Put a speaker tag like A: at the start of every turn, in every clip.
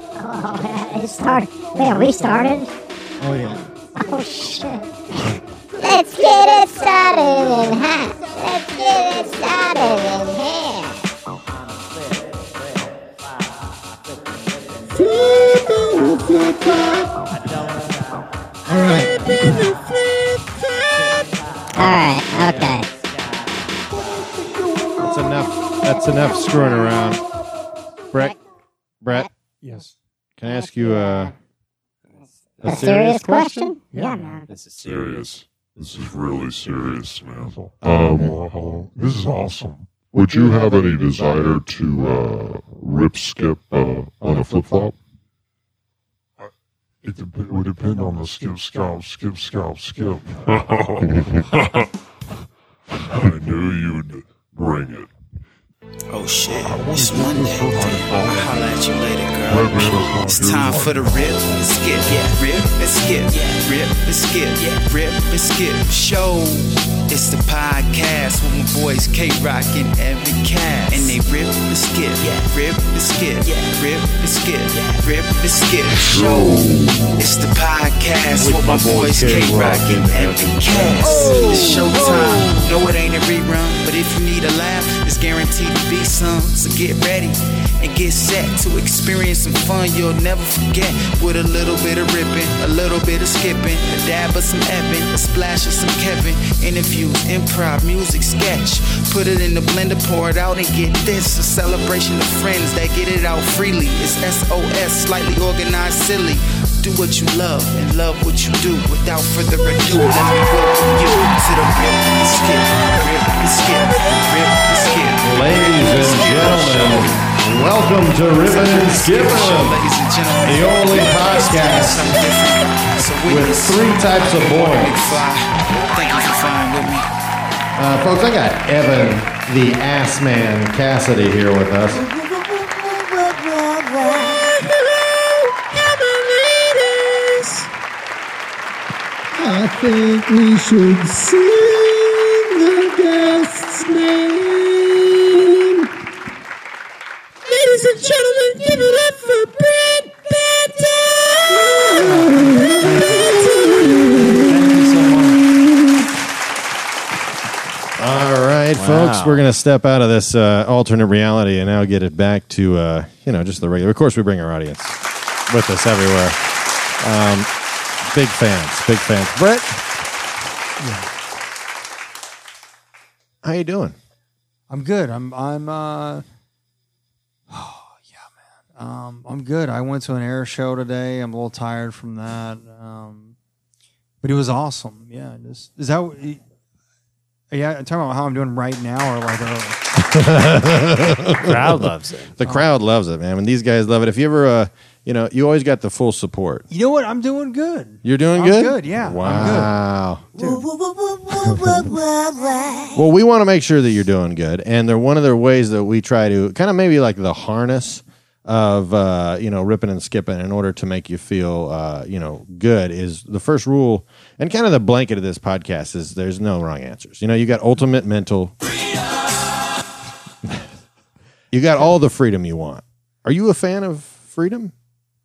A: Oh, it started. Man, we started.
B: Oh yeah.
A: Oh shit.
C: Let's get it started in here. Let's get it started in here.
D: Oh,
B: All right.
A: All right. Okay.
E: That's enough. That's enough screwing around. Brett, Brett,
D: Yes.
E: can I ask you a,
A: A serious question? Yeah, man.
F: This is serious. This is really serious, man. Um, this is awesome. Would you have any desire to uh, rip skip uh, on a flip flop? It dep- would depend on the skip, scalp, skip, scalp, skip. I knew you'd bring it.
G: Oh shit, it's Monday. I'll holler at you later, girl. It's time for the rip and skip, yeah. Rip and skip, yeah. Rip and skip, yeah. Rip and skip show. It's the podcast with my boys K Rock and Evan Cass. And they rip and skip, yeah. Rip and skip, yeah. Rip and skip, yeah. Rip and skip show. It's the podcast with, my boys K Rock and Evan Cass. It's showtime. No, it ain't a rerun, but if you need a laugh, it's guaranteed to be some. So get ready and get set to experience some fun you'll never forget. With a little bit of ripping, a little bit of skipping, a dab of some ebbing, a splash of some Kevin. Interviews, improv, music, sketch. Put it in the blender, pour it out, and get this. A celebration of friends that get it out freely. It's SOS, slightly organized, silly. Do what you love and love what you do. Without further ado, let me welcome you to the rip and skip, rip and skip, rip and skip.
E: Ladies and gentlemen, welcome to Ribbon and Skibbon,
G: Ladies and gentlemen,
E: the only podcast
G: something different. So
E: with
G: witness
E: three types of boys.
G: fly. Thank you for flying with me.
E: Uh, folks, I got Evan, the ass man Cassidy here with us.
B: I think we should sing the guest's name. Ladies and gentlemen, give it up for Brett Panta.
D: Thank you so much.
E: All right, folks, we're going to step out of this uh, alternate reality and now get it back to, uh, you know, just the regular. Of course, we bring our audience with us everywhere. Um, big fans, big fans. Brett, how you doing?
D: I'm good. I'm I'm uh yeah, man. Um I'm good. I went to an air show today. I'm a little tired from that. Um but it was awesome. Yeah. Just is that what you- yeah, I'm talking about how I'm doing right now or like uh, early.
F: Crowd loves it.
E: The crowd loves it, man. When these guys love it. If you ever, uh, you know, you always got the full support.
D: You know what? I'm doing good.
E: You're doing
D: I'm
E: good?
D: good, yeah. I'm good.
E: Wow.
C: Dude.
E: Well, we want to make sure that you're doing good, and they're one of their ways that we try to kind of maybe like the harness of uh, you know ripping and skipping in order to make you feel uh, you know good is the first rule and kind of the blanket of this podcast is there's no wrong answers. You know, you got ultimate mental, you got all the freedom you want. Are you a fan of freedom?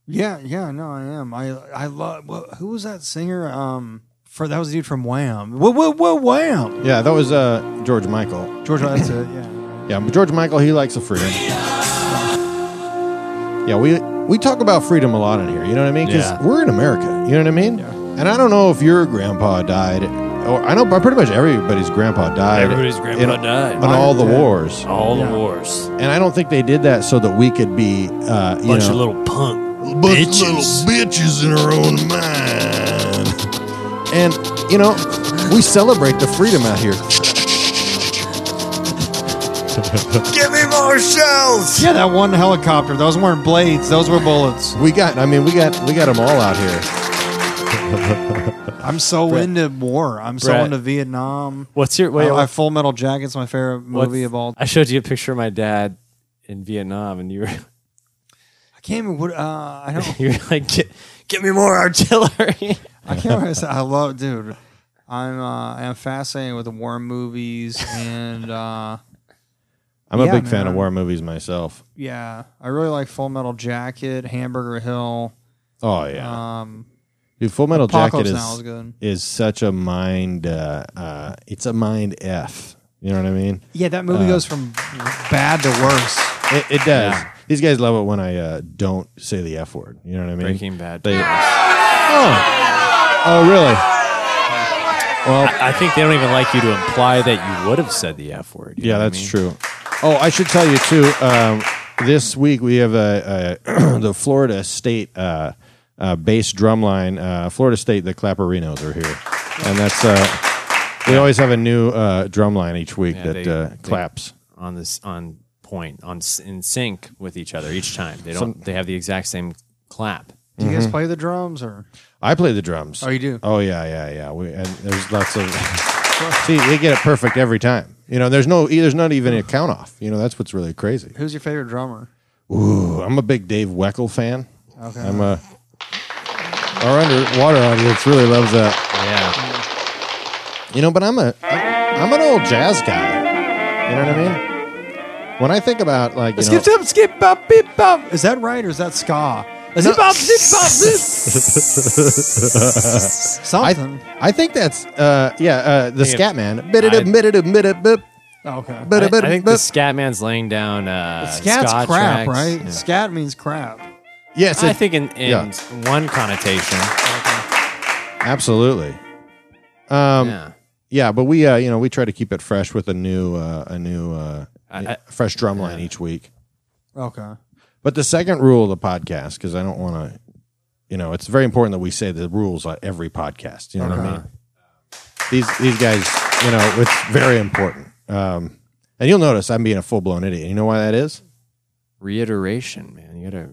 D: Yeah, yeah, no, I am. I I love well, who was that singer? Um for that was a dude from Wham. What what what Wham?
E: Yeah, that was uh, George Michael.
D: George that's it, yeah.
E: Yeah, but George Michael he likes the freedom. Yeah, we we talk about freedom a lot in here. You know what I mean? Because
F: Yeah.
E: we're in America. You know what I mean? And I don't know if your grandpa died, or I know pretty much everybody's grandpa died.
F: Everybody's grandpa
E: in,
F: died.
E: in all the
D: Mine did.
E: wars.
F: All
D: Yeah.
F: the wars.
E: And I don't think they did that so that we could be, uh, you
F: Bunch
E: know,
F: of little punk
E: bunch of
F: bitches.
E: little bitches in our own mind. And you know, we celebrate the freedom out here.
F: Give me more shells.
D: Yeah, that one helicopter. Those weren't blades. Those were bullets.
E: We got, I mean, we got, we got them all out here.
D: I'm so into war. I'm so
F: Brett.
D: into Vietnam.
F: What's your wait?
D: I, I-
F: what-
D: Full Metal Jacket's my favorite
F: what-
D: movie of all.
F: I showed you a picture of my dad in Vietnam, and you were
D: I can't even. What, uh, I don't.
F: you were like, get, get me more artillery.
D: I can't. remember. I love, dude. I'm. Uh, I'm fascinated with the war movies, and uh, I
E: I'm a
D: Yeah,
E: big fan
D: man.
E: of war movies myself.
D: Yeah, I really like Full Metal Jacket, Hamburger Hill.
E: Oh yeah,
D: Um,
E: dude. Full Metal
D: Apocalypse
E: Jacket
D: Now
E: is
D: is good.
E: is such a mind. Uh, uh, it's a mind f. You know what I mean? Uh,
D: Yeah, that movie goes from bad to worse.
E: It, it does. These guys love it when I uh, don't say the f word. You know what I mean?
H: Breaking Bad.
E: They- Oh, really?
H: I think they don't even like you to imply that you would have said the F word. you
E: Yeah,
H: know what I
E: that's
H: mean?
E: true. Oh, I should tell you too. Um, this week we have a, a the Florida State uh, uh, bass drumline. Uh, Florida State, the Clapperinos are here, and that's uh, we always have a new uh, drumline each week
H: Yeah,
E: that
H: they-
E: uh,
H: they-
E: claps.
H: On this, on point, on s- in sync with each other each time. They don't. they have the exact same clap.
D: Do you guys play the drums or?
E: I play the drums.
D: Oh, you do?
E: Oh yeah, yeah, yeah. We and there's lots of. See, they get it perfect every time. You know, there's no, e, there's not even a count off. You know, that's what's really crazy.
D: Who's your favorite drummer?
E: Ooh, I'm a big Dave Weckl fan. Okay. I'm a our underwater audience really loves that.
H: Yeah,
E: You know, but I'm a I'm an old jazz guy. You know what I mean? When I think about like you know,
D: Skip, skip, skip, bop, beep, bop. Is that right or is that ska? Is it bop, zip, bop, zip? Something.
E: I, I think that's uh yeah uh the
H: Think it-
E: scat man. Bidda-dub, bidda-dub, bidda-bup,
D: Oh, okay.
H: I, I
E: bidda-bup,
H: think the
E: bup.
H: scat man's laying down. Uh,
D: Scat's
H: ska
D: crap,
H: tracks.
D: right?
H: Yeah.
D: Scat means crap.
E: yes,
H: I
E: it-
H: think in, in
E: yeah.
H: one connotation.
E: absolutely. Um,
H: yeah.
E: Yeah, but we uh, you know we try to keep it fresh with a new uh, a new uh,
H: I- I-
E: fresh drum line each week.
D: Okay.
E: But the second rule of the podcast, because I don't want to, you know, it's very important that we say the rules on every podcast. You know what I
H: Uh-huh.
D: Okay.
E: mean? These these guys, you know, it's very important. Um, and you'll notice I'm being a full blown idiot. You know why that is?
H: Reiteration, man. You gotta.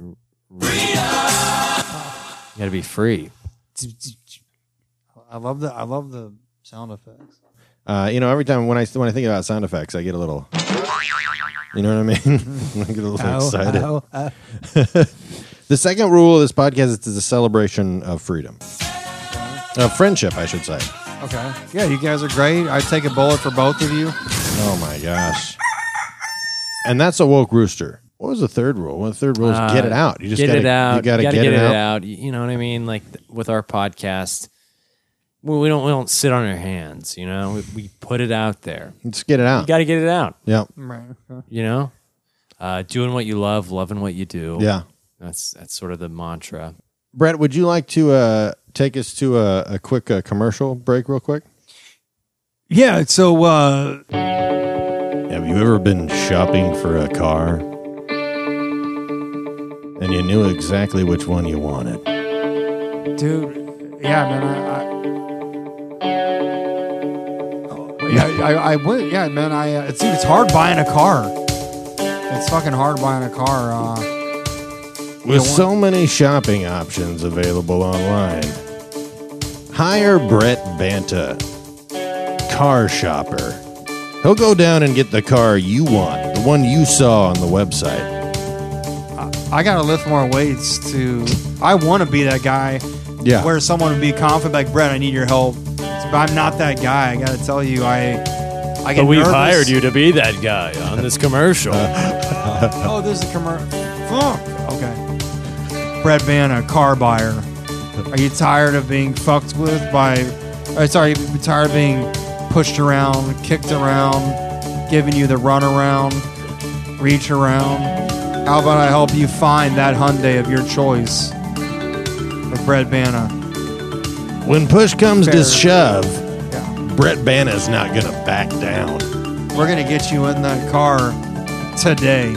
H: Re- you gotta be free.
D: I love the I love the sound effects.
E: Uh, you know, every time when I when I think about sound effects, I get a little. You know what I mean? I get a little excited.
D: Oh, oh,
H: uh.
D: oh.
E: The second rule of this podcast is it's a celebration of freedom, of friendship, I should say.
D: Okay. Yeah, you guys are great. I'd take a bullet for both of you.
E: Oh my gosh. And that's a woke rooster. What was the third rule? Well, the third rule is
H: Uh,
E: get it out. You just
H: get
E: gotta,
H: it out.
E: You gotta, get, it, out.
H: out. You you know what I mean? Like th- with our podcast, we, we don't we don't sit on our hands. You know, we, we put it out there.
E: Just get it out.
H: You got to get it out.
E: yeah.
D: Right. okay.
H: You know, uh, doing what you love, loving what you do.
E: Yeah.
H: that's that's sort of the mantra.
E: Brett, would you like to uh, take us to a, a quick uh, commercial break, real quick?
D: Yeah, so uh
E: Have you ever been shopping for a car? And you knew exactly which one you wanted.
D: dude, yeah, man, I, I Oh, yeah, I, I went. Yeah, man. I uh, dude, it's hard buying a car. It's fucking hard buying a car. Uh,
E: With so many shopping options available online, hire Brett Banta, car shopper. He'll go down and get the car you want, the one you saw on the website.
D: I gotta lift more weights to. I want to be that guy.
E: Yeah.
D: Where someone would be confident, like Brett, I need your help. But I'm not that guy. I gotta tell you, I. I get nervous.
H: to be that guy on this commercial.
D: Oh, this is a commercial. Fuck. Okay. Brett Van, a car buyer. Are you tired of being fucked with by? Or sorry, you tired of being pushed around, kicked around, giving you the runaround, reach around. How about I help you find that Hyundai of your choice? With Brett Banna.
E: when push comes
D: Fair.
E: to shove,
D: Yeah.
E: Brett Banta's not going to back down.
D: We're gonna get you in that car today.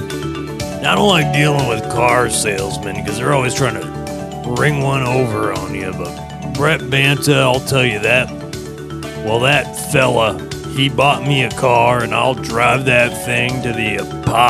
I: I don't like dealing with car salesmen because they're always trying to bring one over on you. But Brett Banta, I'll tell you that. Well, that fella, he bought me a car, and I'll drive that thing to the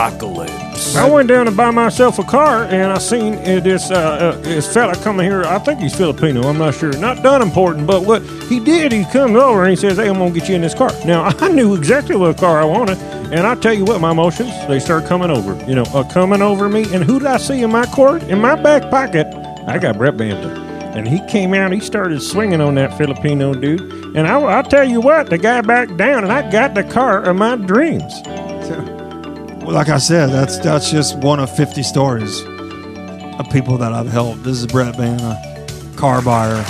I: apocalypse.
J: I went down to buy myself a car, and I seen uh, this uh, uh, this fella coming here. I think he's Filipino. I'm not sure. Not that important, but what he did, he comes over and he says, "Hey, I'm gonna get you in this car." Now I knew exactly what car I wanted, and I tell you what, my emotions they start coming over. You know, uh, coming over me. And who did I see in my cord in my back pocket? I got Brett Banton. And he came out, he started swinging on that Filipino dude. And I, I'll tell you what, the guy backed down, and I got the car of my dreams.
D: like I said, that's that's just one of 50 stories of people that I've helped. This is Brett Banna, car buyer.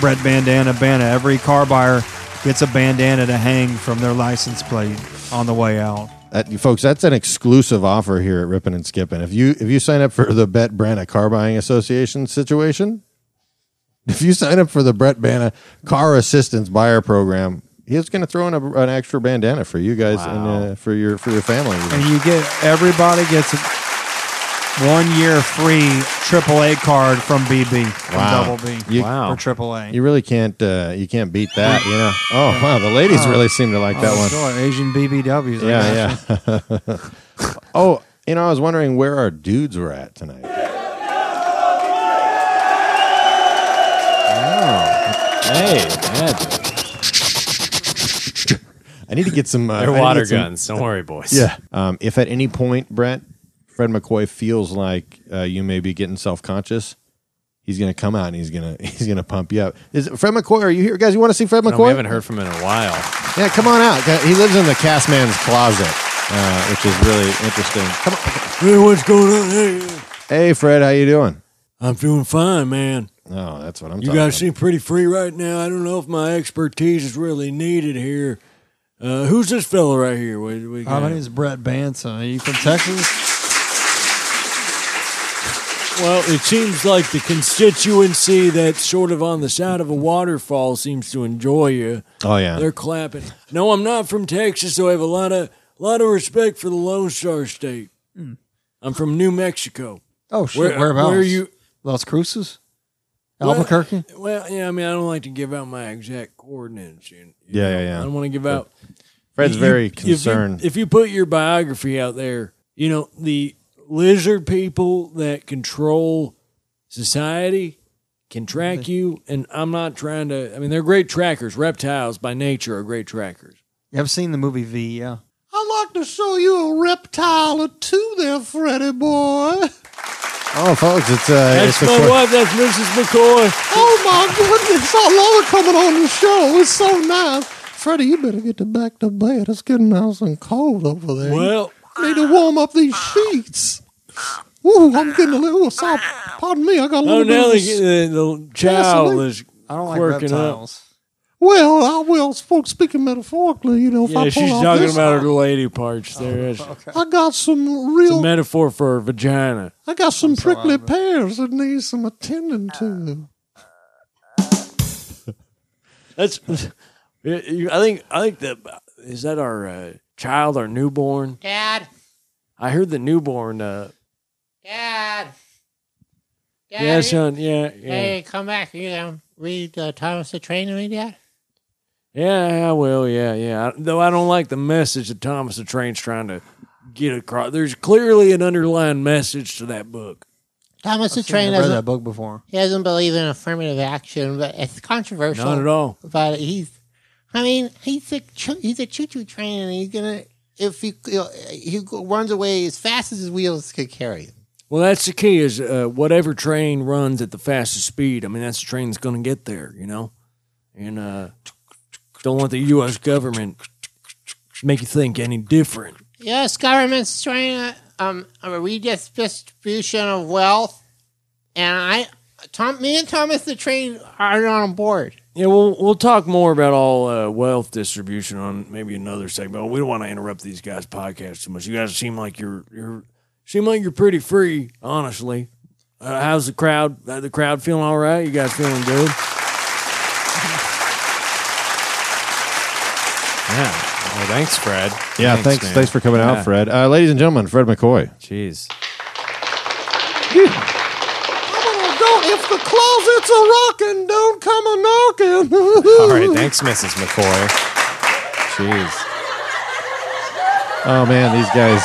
D: Brett Bandana Banna. Every car buyer gets a bandana to hang from their license plate on the way out.
E: That, folks, that's an exclusive offer here at Rippin' and Skippin'. If you if you sign up for the Bet Branna Car Buying Association situation, if you sign up for the Brett Banna Car Assistance Buyer Program, he's going to throw in a, an extra bandana for you guys and uh, for your for your family.
D: And you get everybody gets a one year free AAA card from BB, from
E: Wow.
D: Double B,
E: You-
H: Wow.
D: or AAA.
E: You really can't uh, you can't beat that, you know. Oh wow, the ladies really seem to like that
D: Oh,
E: one.
D: Sure, Asian BBWs. I guess.
E: Yeah, yeah. oh, you know, I was wondering where our dudes were at tonight.
H: Oh,
E: Wow. Hey, Ed. I need to get some. Uh,
H: They're
E: I need to
H: water
E: get some-
H: guns. Don't worry, boys.
E: yeah. Um, if at any point, Brett, Fred McCoy feels like uh, you may be getting self conscious, he's gonna come out and he's gonna he's gonna pump you up. Is it Fred McCoy? Are you here, guys? You want to see Fred
H: No, we
E: McCoy?
H: haven't heard from him in a while.
E: yeah, come on out. He lives in the cast man's closet, uh, which is really interesting. Come on.
I: Hey, what's going on? Hey,
E: Hey, Fred, how you doing?
I: I'm doing fine, man.
E: Oh, that's what I'm.
I: You
E: talking
I: guys
E: about.
I: seem pretty free right now. I don't know if my expertise is really needed here. Uh, who's this fella right here? We, we
D: Hi,
I: got,
D: Uh, my name is Brett Banson. Are you from Texas?
I: well, it seems like the constituency that's sort of on the side of a waterfall seems to enjoy you.
E: Oh yeah.
I: They're clapping. No, I'm not from Texas, so I have a lot of lot of respect for the Lone Star State. I'm from New Mexico.
D: Hmm. Oh, shit.
I: Where-
D: Whereabouts?
I: where are you-
D: Las Cruces?
I: Well-
D: Albuquerque?
I: Well, yeah, I mean, I don't like to give out my exact coordinates. You, you
E: Yeah,
I: know,
E: yeah, yeah.
I: I don't want to give out.
E: Fred's
I: you-
E: very
I: if you-
E: concerned.
I: If you, put your biography out there, you know the lizard people that control society can track
D: Mm-hmm.
I: you, and I'm not trying to. I mean, they're great trackers. Reptiles by nature are great trackers.
D: You ever seen the movie V? E Yeah.
B: I'd like to show you a reptile or two there, Freddy boy.
E: oh, folks, it's uh,
I: That's
E: it's the
I: my
E: Fred-
I: wife. That's Mrs. McCoy.
B: Oh my goodness, I love it coming on the show. It's so nice. Freddie, you better get to back to bed. It's getting nice and cold over there.
I: Well,
B: You need to warm up these sheets. Ooh, I'm getting a little. Ooh, sorry, pardon me, I got a little.
I: oh,
B: bit
I: now
B: of
I: the,
B: this-
I: the, the child is.
D: I don't like
I: Quirking up.
D: reptiles.
B: Well, I will. spoke- Speaking metaphorically, you know, if I
I: Yeah,
B: pull
I: she's
B: off
I: talking
B: this,
I: about her lady parts
D: Oh,
I: there. That's
B: I got some
I: It's a
B: real.
I: metaphor for her vagina.
B: I got some
D: so
B: prickly
D: out of it.
B: pears that need some attending to.
I: That's. I think. I think that is that our uh, child, our newborn.
A: Dad.
I: I heard the newborn. Uh,
A: Dad. Dad.
I: yeah,
A: you-
I: son. Yeah, yeah,
A: Hey, come back. You um, read uh, Thomas the Train to me, Dad?
I: yeah. I will. Yeah, yeah. I- Though I don't like the message that Thomas the Train's trying to get across. There's clearly an underlying message to that book.
A: Thomas the
D: I've seen-
A: Train
D: I've read that
A: doesn't,
D: book before.
A: he doesn't believe in affirmative action, but it's controversial.
I: Not at all.
A: But he's, I mean, he's a choo- he's a choo-choo train, and he's gonna if he he runs away as fast as his wheels could carry him.
I: Well, that's the key is uh, whatever train runs at the fastest speed. I mean, that's the train that's going to get there, you know? And uh, don't want the U.S. government to make you think any different.
A: Yes, government's trying to um a redistribution of wealth, and I, Tom, me and Thomas the Train are not on board.
I: Yeah, we'll, we'll talk more about all uh, wealth distribution on maybe another segment. We don't want to interrupt these guys' podcasts too much. You guys seem like you're, you're seem like you're pretty free, honestly. Uh, how's the crowd? Uh, the crowd feeling all right? You guys feeling good?
H: Yeah. Well, thanks, Fred.
E: yeah, thanks, thanks,
H: man.
E: for coming
H: Yeah.
E: out, Fred. Uh, ladies and gentlemen, Fred McCoy.
H: Jeez.
B: Don't if the closets are rocking, don't come a knocking.
H: All right. Thanks, Mrs. McCoy. Jeez.
E: Oh man, these guys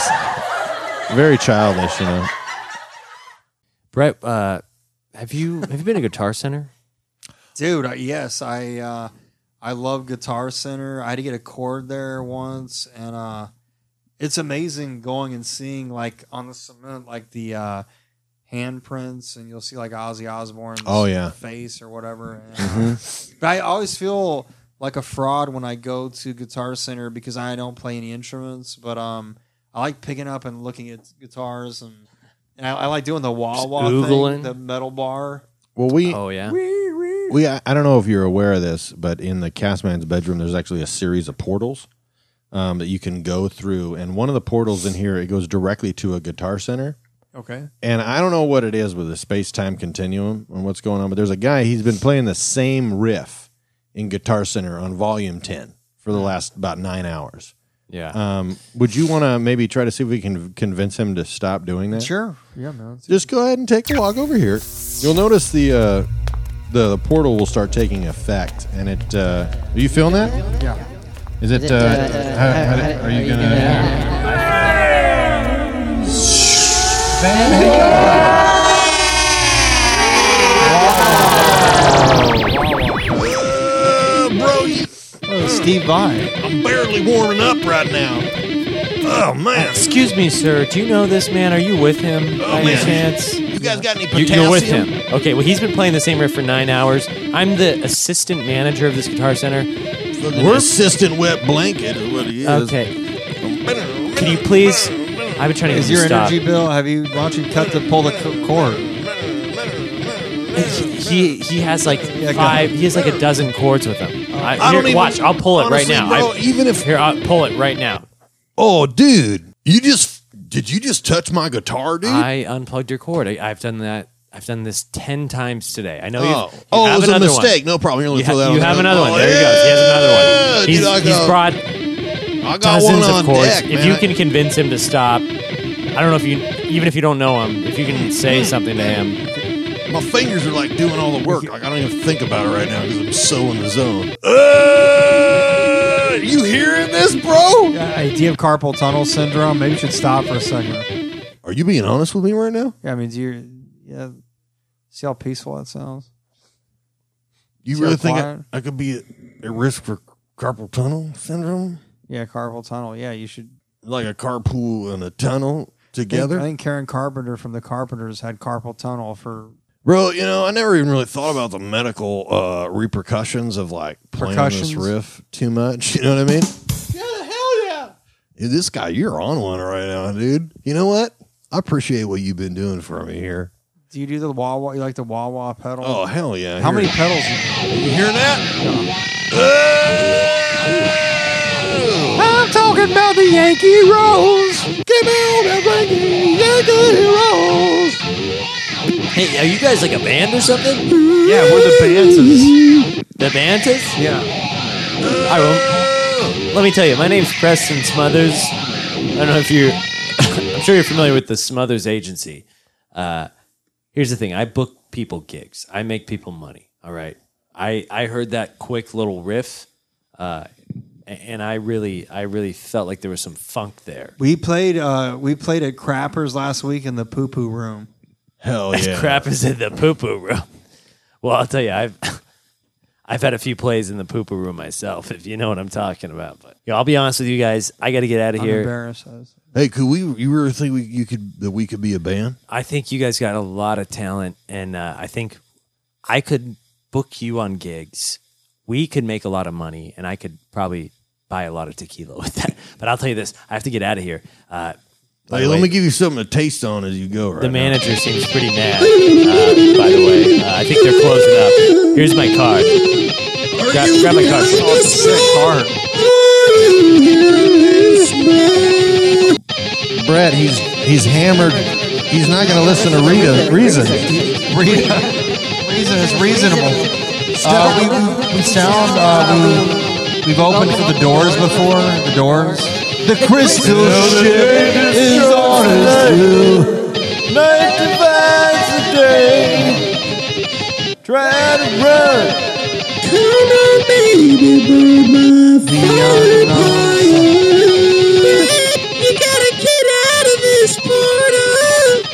E: very childish, you know.
H: Brett, uh, have you have you been to Guitar Center?
D: Dude, I, yes, I uh, I love Guitar Center. I had to get a chord there once, and uh, it's amazing going and seeing like on the cement like the uh, handprints, and you'll see like Ozzy Osbourne's
E: Oh, yeah. Mm-hmm.
D: face or whatever. And,
H: Mm-hmm.
D: uh, But I always feel like a fraud when I go to Guitar Center because I don't play any instruments, but um. I like picking up and looking at guitars and, and I, I like doing the wah wah
H: Googling.
D: thing, the metal bar.
E: Well, we
H: Oh yeah.
E: we I I don't know if you're aware of this, but in the Castman's bedroom, there's actually a series of portals um, that you can go through, and one of the portals in here it goes directly to a guitar center.
D: Okay.
E: And I don't know what it is with the space time continuum and what's going on, but there's a guy, he's been playing the same riff in Guitar Center on volume 10 for the last about nine hours.
H: Yeah.
E: Um, would you want to maybe try to see if we can convince him to stop doing that?
D: Sure. Oh, Yeah, man.
E: Just go ahead and take a walk over here. You'll notice the uh, the, the portal will start taking effect, and it. Uh, are you feeling that?
D: Yeah.
E: Is it? Uh, how, how did- are you gonna?
D: Oh, Steve Vai.
B: I'm barely warming up right now. Oh man, Oh,
H: Excuse me, sir. Do you know this man? Are you with him by any
B: man.
H: chance?
B: you guys got any
H: You-
B: potassium?
H: You're with him. Okay. Well, he's been playing the same riff for nine hours. I'm the assistant manager of this guitar center.
B: We're assistant wet blanket is what he is.
H: Okay. Can you please? I've been trying to get
D: Is
H: him
D: your
H: to stop.
D: energy bill? Have you? Why don't you cut the pull the c- cord?
H: He he has like
D: go
H: five. He has like a dozen chords with him. I,
B: I
H: here,
B: don't even-
H: watch. I'll pull it
B: honestly,
H: right now.
B: bro,
H: I-
B: even if-
H: here, I'll pull it right now.
B: Oh, dude, you just did you just touch my guitar, dude?
H: I unplugged your cord. I, I've done that. I've done this ten times today. I know you've-
B: oh,
H: you.
B: oh,
H: have
B: it was a
H: another one.
B: mistake. No problem. You're only
H: You,
B: throw
H: ha-
B: that.
H: you
B: on
H: have
B: there.
H: another
B: Oh,
H: one. There he goes. He has another
B: yeah,
H: one.
B: dude, I
H: He's, he's
B: got-
H: brought
B: I got one
H: dozens
B: on
H: of chords.
B: deck.
H: if
B: man.
H: you can convince him to stop, I don't know if you, even if you don't know him, if you can say something to him.
B: My fingers are like doing all the work. Like I don't even think about it right now because I'm so in the zone. Uh, you hearing this, bro?
D: Uh, idea of carpal tunnel syndrome. Maybe you should stop for a second.
B: Are you being honest with me right now?
D: Yeah, I mean, do you? Yeah. See how peaceful that sounds.
B: You
D: See
B: really
D: how
B: think I,
D: quiet?
B: I could be at, at risk for carpal tunnel syndrome?
D: Yeah, carpal tunnel. Yeah, you should.
B: Like a carpool and a tunnel
D: I
B: together?
D: think Karen Carpenter from the Carpenters had carpal tunnel for
B: Bro, you know, I never even really thought about the medical uh, repercussions of like playing this
D: Percussions?
B: riff too much. You know what I mean? Yeah, hell yeah. this guy, you're on one right now, dude. You know what? I appreciate what you've been doing for me here.
D: Do you do the wah wah? You like the wah wah pedal?
B: Oh, hell yeah.
D: How
B: Here-
D: many pedals? you-
B: You hear that? Oh!
C: I'm talking about the Yankee Rose. Give me all the Yankee, Yankee Rose.
H: Hey, are you guys like a band or something?
D: Yeah, we're the Banses.
H: The Bantas?
D: Yeah.
H: I will. Let me tell you, my name's Preston Smothers. I don't know if you're, I'm sure you're familiar with the Smothers Agency. Uh, here's the thing I book people gigs, I make people money. All right. I, I heard that quick little riff. Uh, a- and I really, I really felt like there was some funk there.
D: We played. Uh, we played at Crappers last week in the poo poo room.
B: Hell yeah.
H: Crap is in the poo poo room. Well, I'll tell you, I've, I've had a few plays in the poo poo room myself, if you know what I'm talking about. But you know, I'll be honest with you guys, I got to get out of
D: I'm
H: here.
D: embarrassed. I was-
B: Hey, could we? You really think we, you could that we could be a band?
H: I think you guys got a lot of talent, and uh, I think I could book you on gigs. We could make a lot of money, and I could probably buy a lot of tequila with that. But I'll tell you this: I have to get out of here. Uh, by
B: Hey,
H: the
B: let
H: way,
B: me give you something to taste on as you go. Right
H: the
B: now.
H: manager seems pretty mad. Uh, by the way, uh, I think they're closing up. Here's my card. Grab, grab my card.
E: Brett, he's he's hammered. He's not going to listen to Rita. Reason.
D: Reason is reasonable. Uh, we, we, we sound. Uh, we, we've opened for the Doors before. The Doors. The crystal ship is on its Night divides the day. Try to run.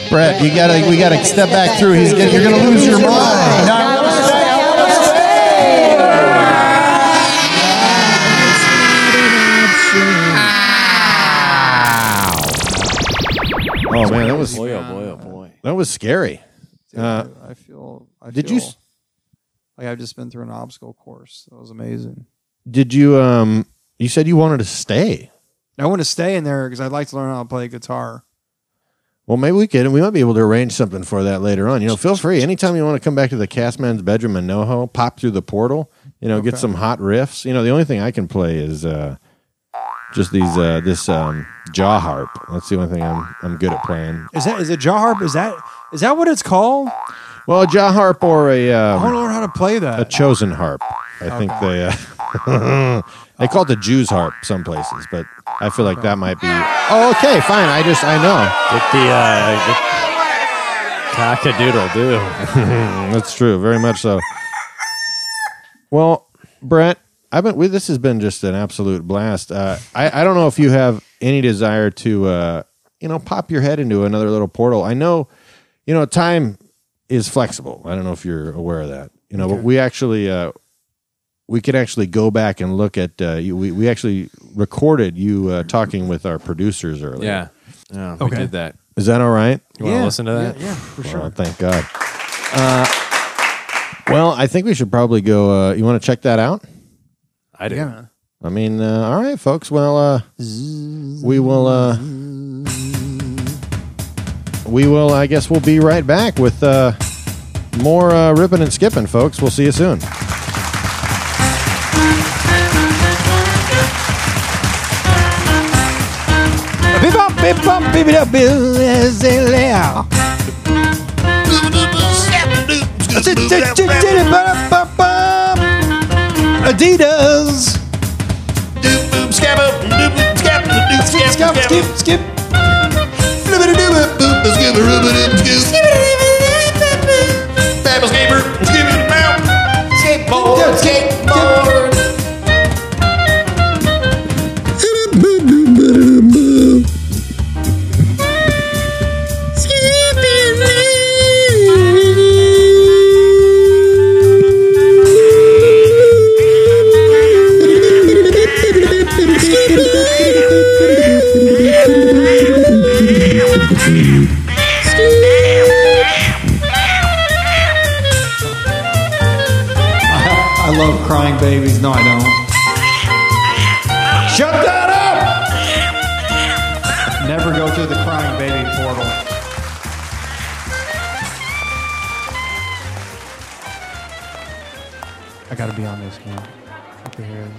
E: Brett, you gotta we gotta step back through. He's get, you're gonna lose your mind. Oh man, that was
H: Boy, oh boy, oh boy.
E: that was scary. Uh,
D: I feel. I
E: did you
D: feel
E: s-
D: like I've just been through an obstacle course? That was amazing.
E: Did you um? You said you wanted to stay.
D: I want to stay in there because I'd like to learn how to play guitar.
E: Well, maybe we could, and we might be able to arrange something for that later on. You know, feel free anytime you want to come back to the cast man's bedroom in NoHo, pop through the portal. You know, get some hot riffs. You know, the only thing I can play is uh, just these uh, this um, jaw harp. That's the only thing I'm I'm good at playing.
D: Is that is it jaw harp? Is that is that what it's called?
E: Well, a jaw harp or a
D: I want
E: um,
D: to learn how to play
E: a
D: that.
E: chosen harp. I think they uh, they call it the Jew's harp some places, but I feel like that might be. Oh, okay, fine. I just I know.
H: Get the, uh, the cockadoodle do.
E: That's true, very much so. Well, Brett, I've been. We, this has been just an absolute blast. Uh, I I don't know if you have any desire to uh, you know pop your head into another little portal. I know, you know, time is flexible. I don't know if you're aware of that. You know, but we actually uh, we could actually go back and look at uh, you, we we actually recorded you uh, talking with our producers earlier.
H: Yeah. Yeah, we
D: Okay.
H: did that.
E: is that all right?
H: You want to listen to that?
D: Yeah, yeah, for sure.
E: Well, thank God. Uh, well, I think we should probably go. Uh, you want to check that out?
H: I do.
D: Yeah, man.
E: I mean, uh, all right, folks. Well, uh, we will. Uh, we will. I guess we'll be right back with uh, more uh, ripping and skipping, folks. We'll see you soon.
D: Beep bop, beep bop, beep it up, is it loud? Adidas. Skip, skip, skip. Skateboard, skateboard. I love crying babies. No, I don't. Shut that up! Never go through the crying baby portal. I gotta be on this now. Okay, here's,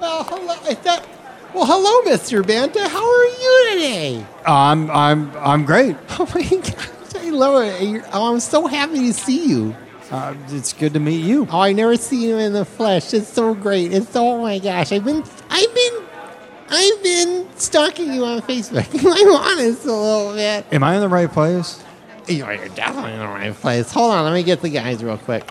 A: Well, hello. I thought, well, hello, Mr. Banta. How are you today?
D: uh, I'm I'm I'm great.
A: Oh my God, I love it. You're- Oh, I'm so happy to see you.
D: Uh, it's good to meet you.
A: Oh, I never seen you in the flesh. It's so great. It's oh my gosh. I've been, I've been, I've been stalking you on Facebook. I'm honest a little bit.
D: Am I in the right place?
A: You're you're definitely in the right place. Hold on, let me get the guys real quick.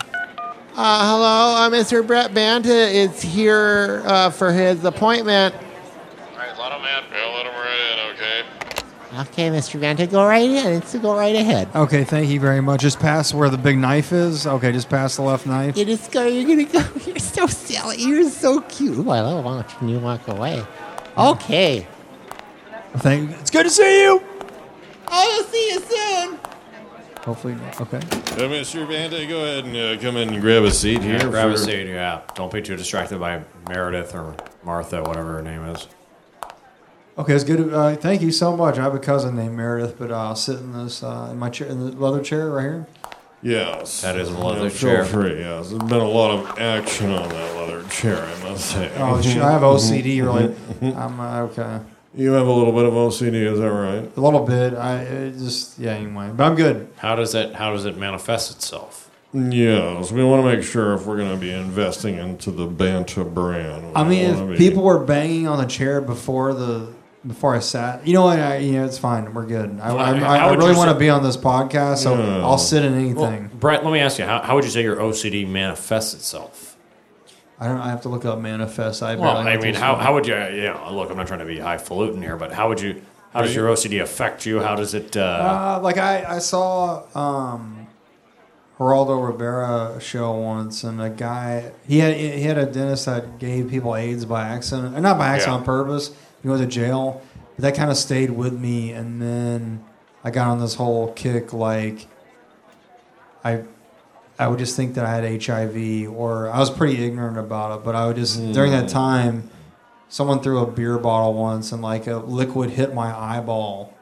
A: Uh, hello, uh, Mr. Brett Banta is here uh, for his appointment. All right, let him in. Yeah, let him right in, okay? Okay, Mr. Banta, go right in. It's go right ahead.
D: Okay, thank you very much. Just past where the big knife is. Okay, just past the left knife.
A: You just go, you're going to go. You're so silly. You're so cute. Ooh, I love watching you walk away. Okay.
D: Thank. It's good to see you.
A: I'll see you soon.
D: Hopefully, okay.
E: Mr. Banta, go ahead and uh, come in and grab a seat here.
H: Grab a seat, yeah. Don't be too distracted by Meredith or Martha, whatever her name is.
D: Okay, it's good. Uh, thank you so much. I have a cousin named Meredith, but uh, I'll sit in this uh, in my chair, in the leather chair right here.
F: Yes.
H: That is a leather
F: Yeah,
H: chair.
F: Feel free. Yes, there's been a lot of action on that leather chair. I must say.
H: Mm-hmm.
F: Mm-hmm.
D: Oh, shit, I have OCD. Really, I'm uh, okay.
F: You have a little bit of OCD, is that right?
D: A little bit. I it just yeah. Anyway, but I'm good.
H: How does that how does it manifest itself?
F: Yes. We want to make sure if we're going to be investing into the Banta brand. we
D: I mean,
F: wanna
D: if
F: be-
D: people were banging on the chair before the before I sat, you know what? I, you know, it's fine. We're good. I, I, I,
H: how
D: I
H: would
D: really
H: you
D: want to
H: say-
D: be on this podcast, so
F: No.
D: I'll sit in anything.
H: Well, Brett, let me ask you, how, how would you say your OCD manifests itself?
D: I don't. I have to look up manifest. I
H: Well,
D: barely
H: I
D: know
H: mean,
D: this
H: how,
D: one.
H: how would you, you know, look, I'm not trying to be highfalutin here, but how would you, how does your OCD affect you? How does it, uh,
D: Uh, like I, I saw um, Geraldo Rivera show once, and a guy he had he had a dentist that gave people AIDS by accident, or not by accident
H: Yeah.
D: on purpose. He went to jail. But that kind of stayed with me, and then I got on this whole kick like I. I would just think that I had HIV, or I was pretty ignorant about it. But I would just during that time, someone threw a beer bottle once and like a liquid hit my eyeball.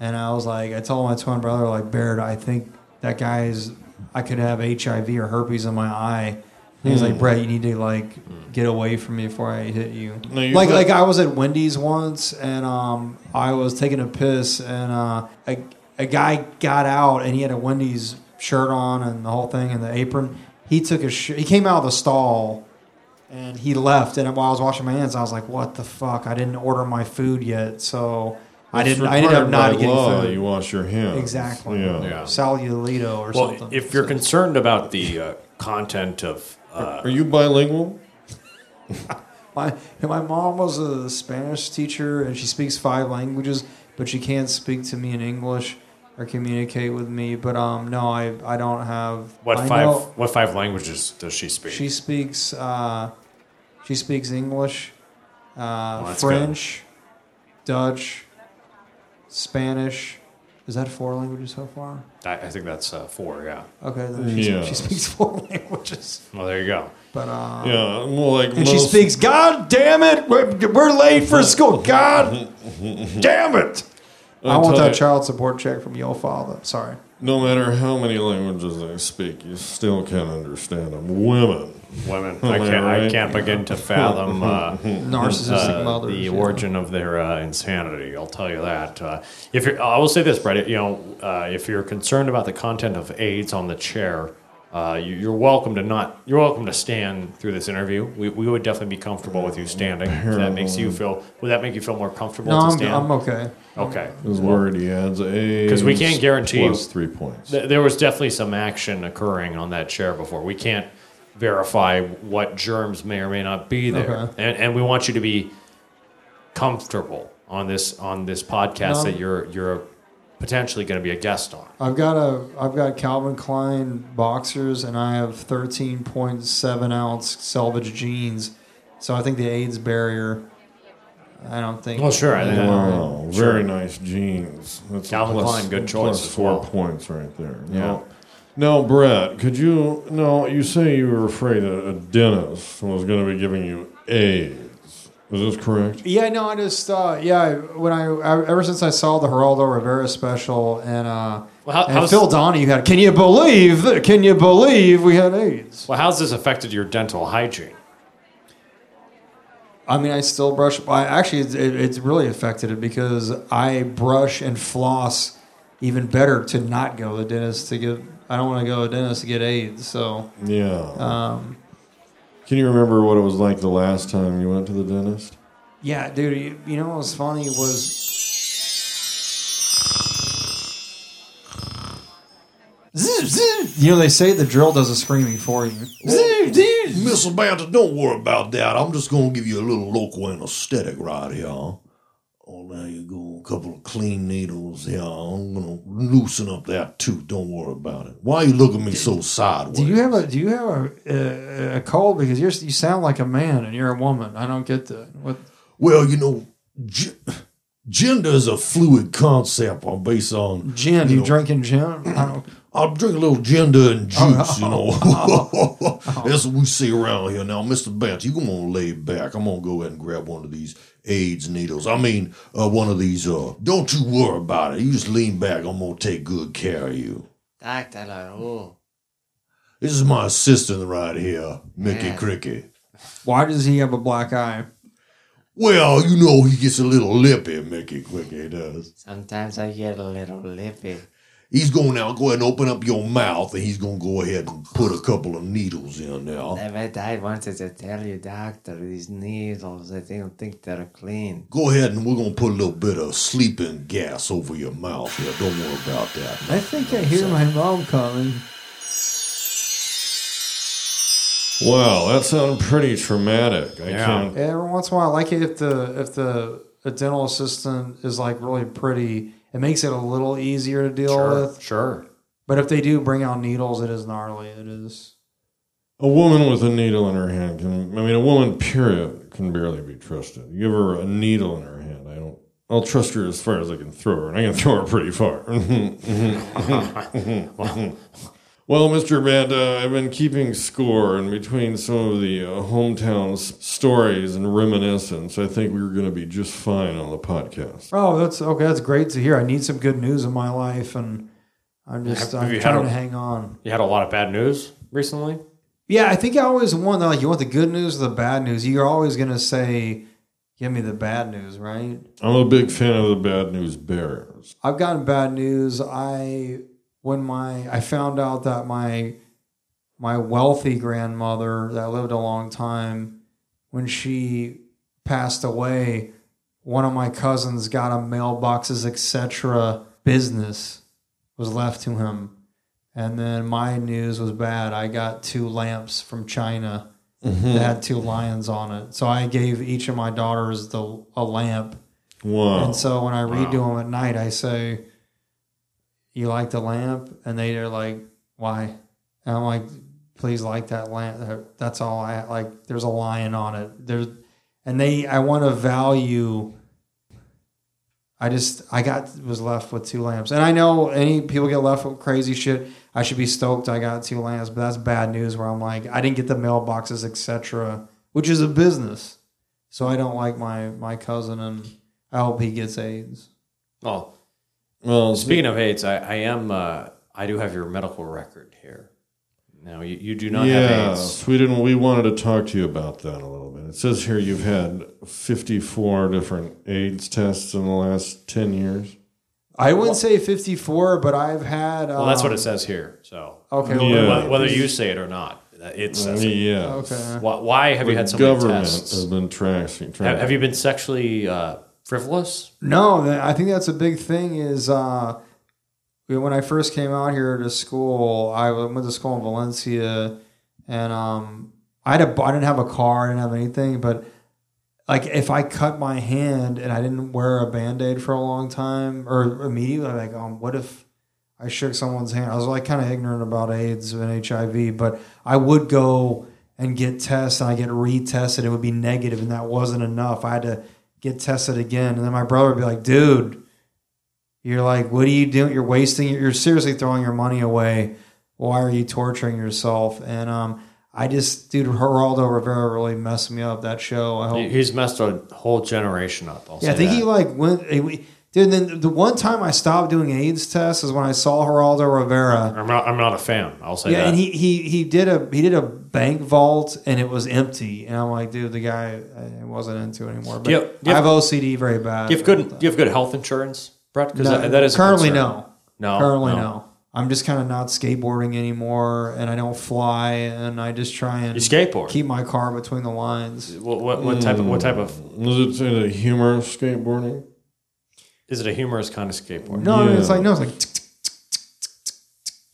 D: And I was like, I told my twin brother, like, Baird, I think that guy's, I could have HIV or herpes in my eye. And he's like, Brett, you need to like get away from me before I hit you.
K: No, you-
D: like, like I was at Wendy's once and um, I was taking a piss and uh, a, a guy got out and he had a Wendy's shirt on and the whole thing and the apron. He took a sh- he came out of the stall and he left. And while I was washing my hands, I was like, "What the fuck? I didn't order my food yet, so I didn't. I ended up not getting food.
K: You wash your hands.
D: exactly,
K: Yeah.
L: Yeah.
D: Salulito or
M: Well,
D: something.
M: if you're
D: So-
M: concerned about the uh, content of uh,
K: Are you bilingual?
D: my and my mom was a Spanish teacher and she speaks five languages, but she can't speak to me in English or communicate with me. But um, no, I I don't have
M: what
D: I
M: five
D: know-
M: what five languages does she speak?
D: She speaks. Uh, she speaks English, uh,
M: that's good.
D: French, Dutch, Spanish. Is that four languages so far?
M: I, I think that's uh, four. Yeah.
D: Okay, then she,
K: Yeah.
D: she speaks four languages.
M: Well, there you go.
D: But uh,
K: Yeah, more like
D: and she speaks. God damn it! We're, we're late for school. God damn it! i want that child support check from your father. Sorry.
K: No matter how many languages they speak, you still can't understand them. Women.
M: Women,
K: Oh,
M: I can't. I
K: right.
M: can't begin to fathom uh,
D: Narcissistic
M: uh,
D: mothers.
M: the
D: yeah.
M: origin of their uh, insanity. I'll tell you that. Uh, if you're, I will say this, Brett, you know, uh, if you're concerned about the content of AIDS on the chair, uh, you, you're welcome to not. You're welcome to stand through this interview. We, we would definitely be comfortable with you standing. If that makes you feel. Would that make you feel more comfortable
D: No,
M: to
D: I'm,
M: stand?
D: I'm okay.
M: okay.
K: His word he adds a.
M: 'Cause we can't guarantee-
K: Plus three points.
M: Th- There was definitely some action occurring on that chair before. We can't verify what germs may or may not be there,
D: Okay.
M: and, and we want you to be comfortable on this on this
D: No.
M: podcast that you're you're potentially going to be a guest on.
D: I've got a I've got Calvin Klein boxers and I have thirteen point seven ounce salvage jeans. So I think the AIDS barrier I don't think
M: Well, Oh, sure, I think that-
K: Wow, very nice jeans. That's a
M: Calvin
K: plus-
M: Klein, good choice
K: Plus
M: as
K: four
M: well.
K: points right there.
M: Yeah.
K: No, no, Brett, could you? No, you say you were afraid that a dentist was going to be giving you AIDS. Is this correct?
D: Yeah, no, I just uh, yeah. When I, I ever since I saw the Geraldo Rivera special and uh,
M: Well, how-
D: and
M: how's-
D: Phil Donahue had, can you believe? Can you believe we had AIDS?
M: Well, how's this affected your dental hygiene?
D: I mean, I still brush. I actually, it's it, it's really affected it because I brush and floss even better to not go to the dentist to get. I don't want to go to the dentist to get AIDS. So Um,
K: Yeah. Can you remember what it was like the last time you went to the dentist?
D: yeah, dude. You, you know what was funny was. You know they say the drill does the screaming for you.
B: Miss Abanta, don't worry about that. I'm just gonna give you a little local anesthetic right here. Oh, now you go. A couple of clean needles here. I'm gonna loosen up that tooth. Don't worry about it. Why you look at me so sideways?
D: Do you have a Do you have a, a, a cold? Because you're you sound like a man and you're a woman. I don't get that. What?
B: well, you know, g- gender is a fluid concept. I'm based on
D: Gin? You, drinking gin? I don't. Oh,
B: I'll drink a little gender and juice, you know. That's what we say around here. Now, Mr. Bant, you gonna lay back. I'm gonna go ahead and grab one of these AIDS needles. I mean, uh, one of these. Uh, don't you worry about it. You just lean back. I'm gonna take good care of you.
H: Doctor LaRue.
B: This is my assistant right here, Mickey Cricket.
D: Why does he have a black eye?
B: Well, you know he gets a little lippy, Mickey Cricket does.
H: Sometimes I get a little lippy.
B: He's going now. Go ahead and open up your mouth, and he's gonna go ahead and put a couple of needles in there.
H: I bet I wanted to tell you, doctor, these needles, I don't think they're clean.
B: Go ahead and we're gonna put a little bit of sleeping gas over your mouth. Yeah, don't worry about that.
D: I think I hear my mom calling.
K: Wow, that sounded pretty traumatic. I can't.
D: Every once in a while, I like it if the if the a dental assistant is like really pretty, it makes it a little easier to deal
M: Sure,
D: with.
M: sure.
D: But if they do bring out needles, it is gnarly. It is.
K: A woman with a needle in her hand can. I mean, a woman period can barely be trusted. You give her a needle in her hand. I don't. I'll trust her as far as I can throw her, and I can throw her pretty far. Well, Mr. Banda, I've been keeping score, and between some of the uh, hometown s- stories and reminiscence, I think we were going to be just fine on the podcast.
D: Oh, that's okay. That's great to hear. I need some good news in my life, and I'm just
M: Have-
D: I'm
M: have you had
D: trying
M: a-
D: to hang on.
M: You had a lot of bad news recently.
D: Yeah, I think I always want like you want the good news or the bad news. You're always gonna say, "Give me the bad news," right?
K: I'm a big fan of the bad news bearers.
D: I've gotten bad news. I when my I found out that my my wealthy grandmother that lived a long time when she passed away, one of my cousins got a mailboxes etc. business was left to him. And then my news was bad. I got two lamps from China that had two lions on it. So I gave each of my daughters the a lamp
K: Wow.
D: and so when I read to them at night, I say, "You like the lamp?" And they are like, "Why?" And I'm like, "Please like that lamp. That's all I like. There's a lion on it. There's, and they. I want to value. I just I got was left with two lamps, and I know any people get left with crazy shit. I should be stoked I got two lamps, but that's bad news. Where I'm like, I didn't get the mailboxes, etc., which is a business. So I don't like my my cousin, and I hope he gets AIDS.
M: Oh,
K: well.
M: Speaking of AIDS, I, I am. Uh, I do have your medical record here. No, you, you do not have AIDS.
K: Sweden, we wanted to talk to you about that a little bit. It says here you've had 54 different AIDS tests in the last 10 years.
D: I wouldn't say 54, but I've had.
M: Well, that's what
D: um,
M: it says here. So
D: Okay,
M: Wh-
D: well,
K: Yeah.
M: wh- whether you say it or not, it says it.
K: Yeah.
D: Okay.
M: Why, why have you
K: The
M: had so many
K: government has
M: tests?
K: been tracking. tracking.
M: Have, have you been sexually uh, frivolous?
D: No, that- I think that's a big thing. Is uh, when I first came out here to school, I went to school in Valencia, and um, I had a, I didn't have a car, I didn't have anything, but like if I cut my hand and I didn't wear a band aid for a long time or immediately, I'm like, um, what if I shook someone's hand? I was like kind of ignorant about AIDS and HIV, but I would go and get tests and I get retested. It would be negative, and that wasn't enough. I had to get tested again. And then my brother would be like, dude, you're like, what are you doing? You're wasting, you're seriously throwing your money away. Why are you torturing yourself? And, um, I just, dude, Geraldo Rivera really messed me up that show. I hope
M: He- He's messed a whole generation up. I'll
D: yeah, I
M: say
D: think he
M: that.
D: like went. eh, we- Dude, then the one time I stopped doing AIDS tests is when I saw Geraldo Rivera.
M: I'm not. I'm not a fan. I'll say
D: uh, yeah,
M: that.
D: and he, he he did a he did a bank vault and it was empty, and I'm like, dude, the guy I wasn't into anymore. But
M: Do you- do you
D: I
M: have-
D: have OCD very bad.
M: do you have good. Do you have good health insurance, Brett? Because
D: No,
M: that is a
D: currently
M: concern.
D: no.
M: No,
D: Currently no. I'm just kind of not skateboarding anymore, and I don't fly, and I just try and
M: You skateboard.
D: keep my car between the lines.
M: What, what, what type of what type of
K: Was Mm. it a humor of skateboarding?
M: is it a humorous kind of skateboard?
D: No, I mean, it's
K: Yeah.
D: like no, it's like. tick, tick, tick, tick, tick, tick,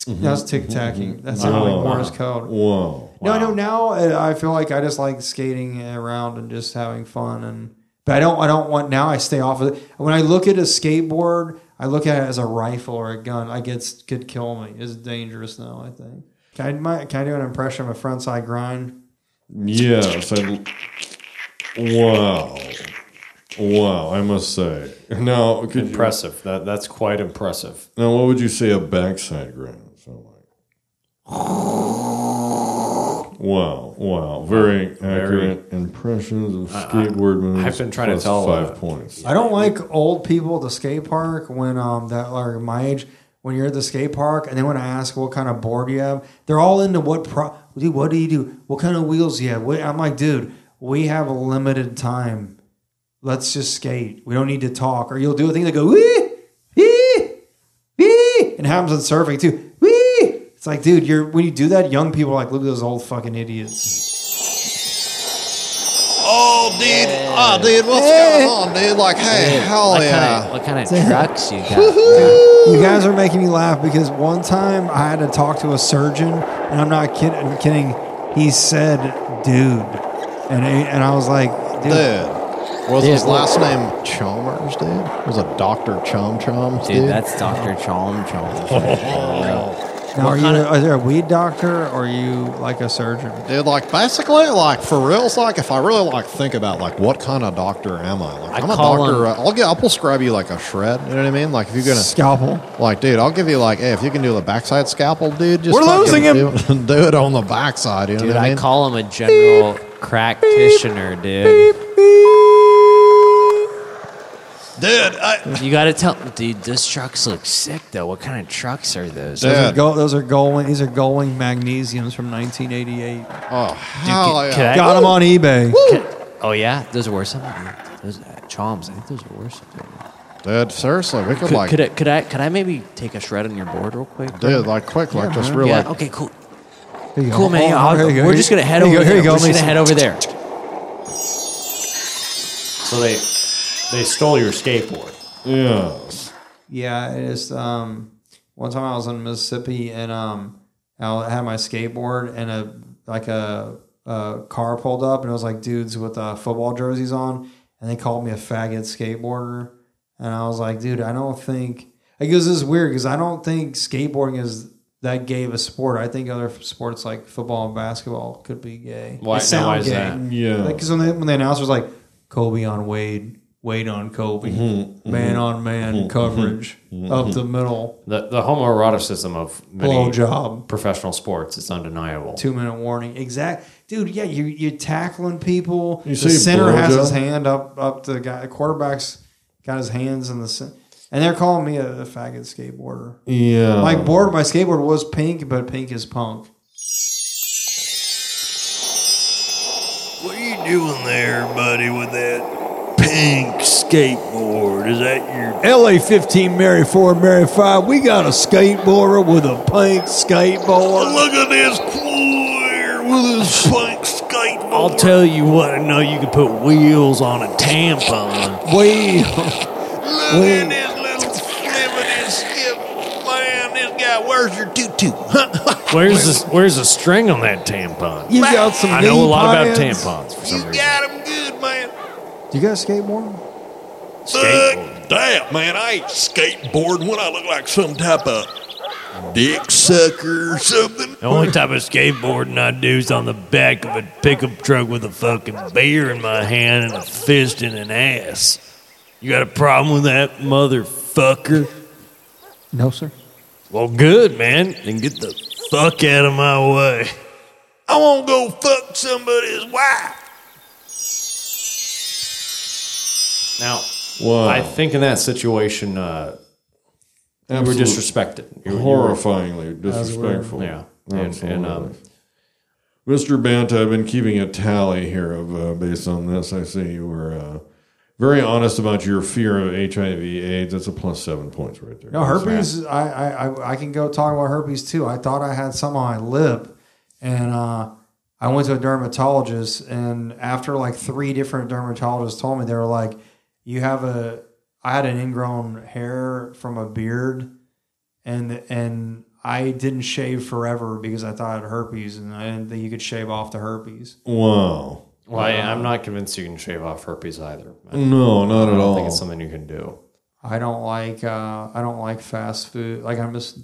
D: tick.
M: Mm-hmm.
D: That's tic tacking. That's the only
K: Oh.
D: Morse code.
K: Wow.
D: No, I know now. uh, I feel like I just like skating around and just having fun, and but I don't. I don't want now. I stay off of it. When I look at a skateboard, I look at it as a rifle or a gun. Like it's could kill me. It's dangerous now. I think. Can I, my, can I do an impression of a front side grind?
K: Yes. I, wow. Wow, I must say. Now, could you,
M: Impressive. That that's quite impressive.
K: now what would you say a backside grind? So like, wow, wow. Very accurate impressions of skateboard moves.
M: I've been trying to
K: plus
M: tell,
K: five
M: uh,
K: points.
D: I don't like old people at the skate park when um that are my age when you're at the skate park and then when I ask what kind of board you have, they're all into what pro dude, what do you do? What kind of wheels you have? What, I'm like, dude, we have a limited time. Let's just skate. We don't need to talk. Or you'll do a thing that go wee, wee, wee, and it happens in surfing too. Wee. It's like, dude, you're when you do that, young people are like, look at those old fucking idiots.
B: Oh, dude. Oh, dude. What's going on, dude? Like, hey, hell yeah.
H: What kind of trucks you got?
D: You guys are making me laugh because one time I had to talk to a surgeon, and I'm not kidding. I'm kidding. He said, "Dude," and I, and I was like, "Dude,
N: Dude. Was his last name Chalmers, dude? Was a Dr. Chum Chums, dude?
D: Oh.
H: Dude, that's Dr. Chom Chom.
D: Now, are
N: What
D: you?
N: kind
D: Are there a weed doctor, or are you like a surgeon?
N: Dude, like basically, like for reals, like if I really like think about like what kind of doctor am I? Like I'm a
D: call
N: doctor.
D: him-
N: uh, I'll get, I'll prescribe you like a shred. You know what I mean? Like if you're gonna
D: Scalpel.
N: Like, dude, I'll give you like, hey, if you can do the backside scalpel, dude, just
H: We're
N: fucking
H: losing him.
N: Do, it- do it on the backside. You know
H: Dude,
N: what I
H: I
N: mean?
H: call him a general practitioner, dude.
N: Dude,
H: you gotta tell, dude. Those trucks look sick, though. What kind of trucks are those?
D: Those are, go, those are Goling. These are Goling magnesiums from 1988.
N: Oh,
H: hell yeah. can I-
D: Got them on eBay.
H: oh yeah, those are worse. Those uh, Choms, I think those are worse.
N: Dude, seriously, we could,
H: Could,
N: like,
H: could, I, could I could I maybe take a shred on your board real quick?
N: dude, like quick, like just real,
H: Yeah,
N: like,
H: okay, cool.
D: Here you
H: Cool,
D: go.
H: man.
D: Oh,
H: I'll-
D: here you go.
H: we're
D: Here
H: just
D: you-
H: gonna head
D: here you
H: over
D: go. Here you
H: there.
D: go,
H: we're just
D: Mason.
H: gonna head over there.
M: So they they stole your skateboard.
K: Yes.
D: Yeah, it is. Um, one time I was in Mississippi and um, I had my skateboard and a like a, a car pulled up and it was like dudes with uh, football jerseys on and they called me a faggot skateboarder and I was like, dude, I don't think. I guess this is weird because I don't think skateboarding is that gay of a sport. I think other sports like football and basketball could be gay.
M: Why-
D: They
M: now,
D: sound
M: why is
D: gay.
M: that?
K: Yeah.
D: because when, the- when the announcer's like, Kobe on Wade, Wade on Kobe,
M: Mhm,
D: man
M: mhm,
D: on man
M: mhm,
D: coverage
M: mhm,
D: up
M: mhm.
D: the middle,
M: The the homoeroticism of many
D: Blowjob.
M: professional sports is undeniable.
D: two minute warning. Exact, dude. Yeah, you you're tackling people.
M: You
D: the
M: say
D: center has
M: blowjob?
D: his hand up up the guy. The quarterback's got his hands in the center. And they're calling me a, a faggot skateboarder.
K: Yeah.
D: my board, my skateboard was pink, but pink is punk.
I: What are you doing there, buddy, with that pink skateboard? Is that your
O: LA 15 Mary 4 Mary 5, we got a skateboarder with a pink skateboard.
I: Look at this queer with his pink skateboard. I'll tell you what, I know you can put wheels on a tampon.
O: Wheels.
I: Look at this little flippity skip. Man, this guy, where's your tutu? where's, this, where's the string on that tampon?
D: You got some
I: I know a
D: knee
I: lot about
D: pads?
I: tampons for some reason.
D: Do you guys skateboard?
I: Skateboard.
J: Damn, man, I ain't skateboarding when I look like some type of dick sucker or something.
I: The only type of skateboarding I do is on the back of a pickup truck with a fucking beer in my hand and a fist in an ass. You got a problem with that, motherfucker?
D: No, sir.
I: Well, good, man. Then get the fuck out of my way. I won't go fuck somebody's wife.
M: Now,
K: Wow.
M: I think in that situation, uh, you were
K: Absolute-
M: disrespected. You were- you were-
K: horrifyingly disrespectful.
M: Yeah. And, and um,
K: Absolutely. Mr. Banta, I've been keeping a tally here of uh, based on this. I see you were uh, very honest about your fear of HIV/AIDS. That's a plus seven points right there.
D: No, herpes. I, I I I can go talk about herpes too. I thought I had some on my lip, and uh, I went to a dermatologist, and after like three different dermatologists told me they were like, "You have a." I had an ingrown hair from a beard, and and I didn't shave forever because I thought I had herpes, and I didn't think you could shave off the herpes.
K: Wow.
M: Well, I, I'm not convinced you can shave off herpes either. I-
K: No, not
M: I
K: at
M: don't
K: all.
M: think it's something you can do.
D: I don't like uh, I don't like fast food. Like I miss,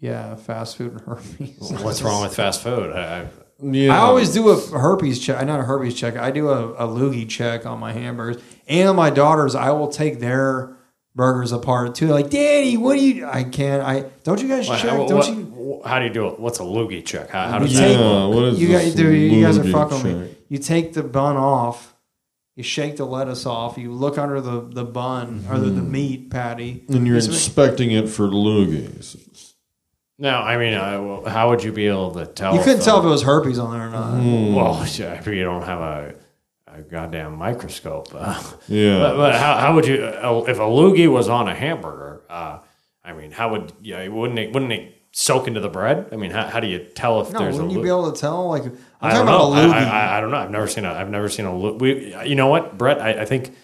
D: yeah, fast food and herpes.
M: What's wrong with fast food? I, I,
D: I always do a herpes check. Not a herpes check. I do a, a loogie check on my hamburgers and my daughters. I will take their burgers apart too. Like, Daddy, what do you? I can't. I don't. You guys
M: Why-
D: check?
M: how-
D: Don't
M: what-
D: you?
M: How do you do it? What's a loogie check? How, how does
D: You
M: that
D: take-
M: work?
D: you guys, dude, you guys are fucking with me. You take the bun off. You shake the lettuce off. You look under the the bun or the, the meat patty.
K: Mm. And you're
D: It's-
K: inspecting it for loogies.
M: No, I mean, I, well, how would you be able to tell?
D: You couldn't
M: uh,
D: tell if it was herpes on there or not.
M: Well, yeah, I mean, you don't have a, a goddamn microscope. Uh,
K: Yeah.
M: But, but how, how would you, uh, if a loogie was on a hamburger, uh, I mean, how would, yeah, wouldn't it, wouldn't it soak into the bread? I mean, how, how do you tell if
D: No,
M: there's a
D: wouldn't you
M: loogie?
D: be able to tell? Like, I'm
M: I
D: talking
M: don't
D: about
M: know.
D: a loogie.
M: I, I, I don't know. I've never seen a. I've never seen a. loo- We, you know what, Brett? I, I think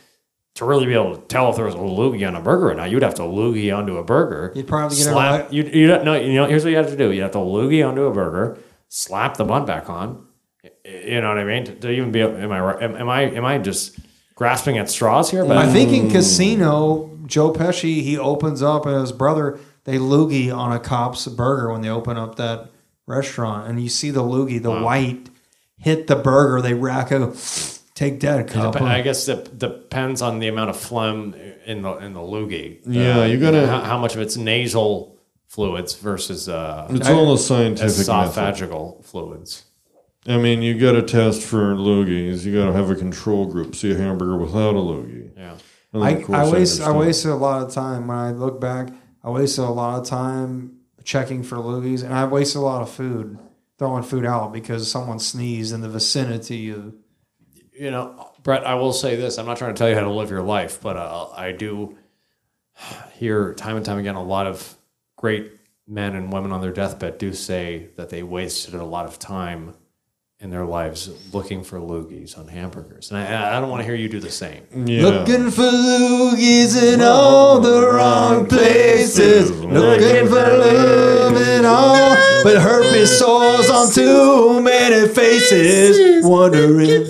M: to really be able to tell if there was a loogie on a burger or not, you'd have to loogie onto a burger.
D: You'd probably get it
M: slap. You you don't know. You know. Here's what you have to do. You have to loogie onto a burger, slap the bun back on. Y- You know what I mean? To, to even be. Am I right? Am, am I? Am I just grasping at straws here? Hmm.
D: I think in Casino, Joe Pesci he opens up and his brother they loogie on a cop's burger when they open up that restaurant, and you see the loogie, the white, hit the burger. They rack up, take that
M: It
D: cop.
M: dep- I guess it depends on the amount of phlegm in the in the loogie.
K: Yeah,
M: Uh,
K: you gotta-
M: how, how much of it's nasal fluids versus uh,
K: It's all a scientific method.
M: esophageal fluids.
K: I mean, you got to test for loogies. You got to have a control group. See a hamburger without a loogie.
M: Yeah.
K: And then,
D: I,
K: of course,
D: I waste I
K: understand.
D: wasted a lot of time when I look back. I wasted a lot of time checking for loogies, and I wasted a lot of food throwing food out because someone sneezed in the vicinity of.
M: You know, Brett, I will say this: I'm not trying to tell you how to live your life, but uh, I do hear time and time again a lot of great men and women on their deathbed do say that they wasted a lot of time in their lives looking for loogies on hamburgers, and I, I don't want to hear you do the same.
D: Looking for loogies in all the wrong places. Looking for love in all, but herpes sores on too many faces. Wondering,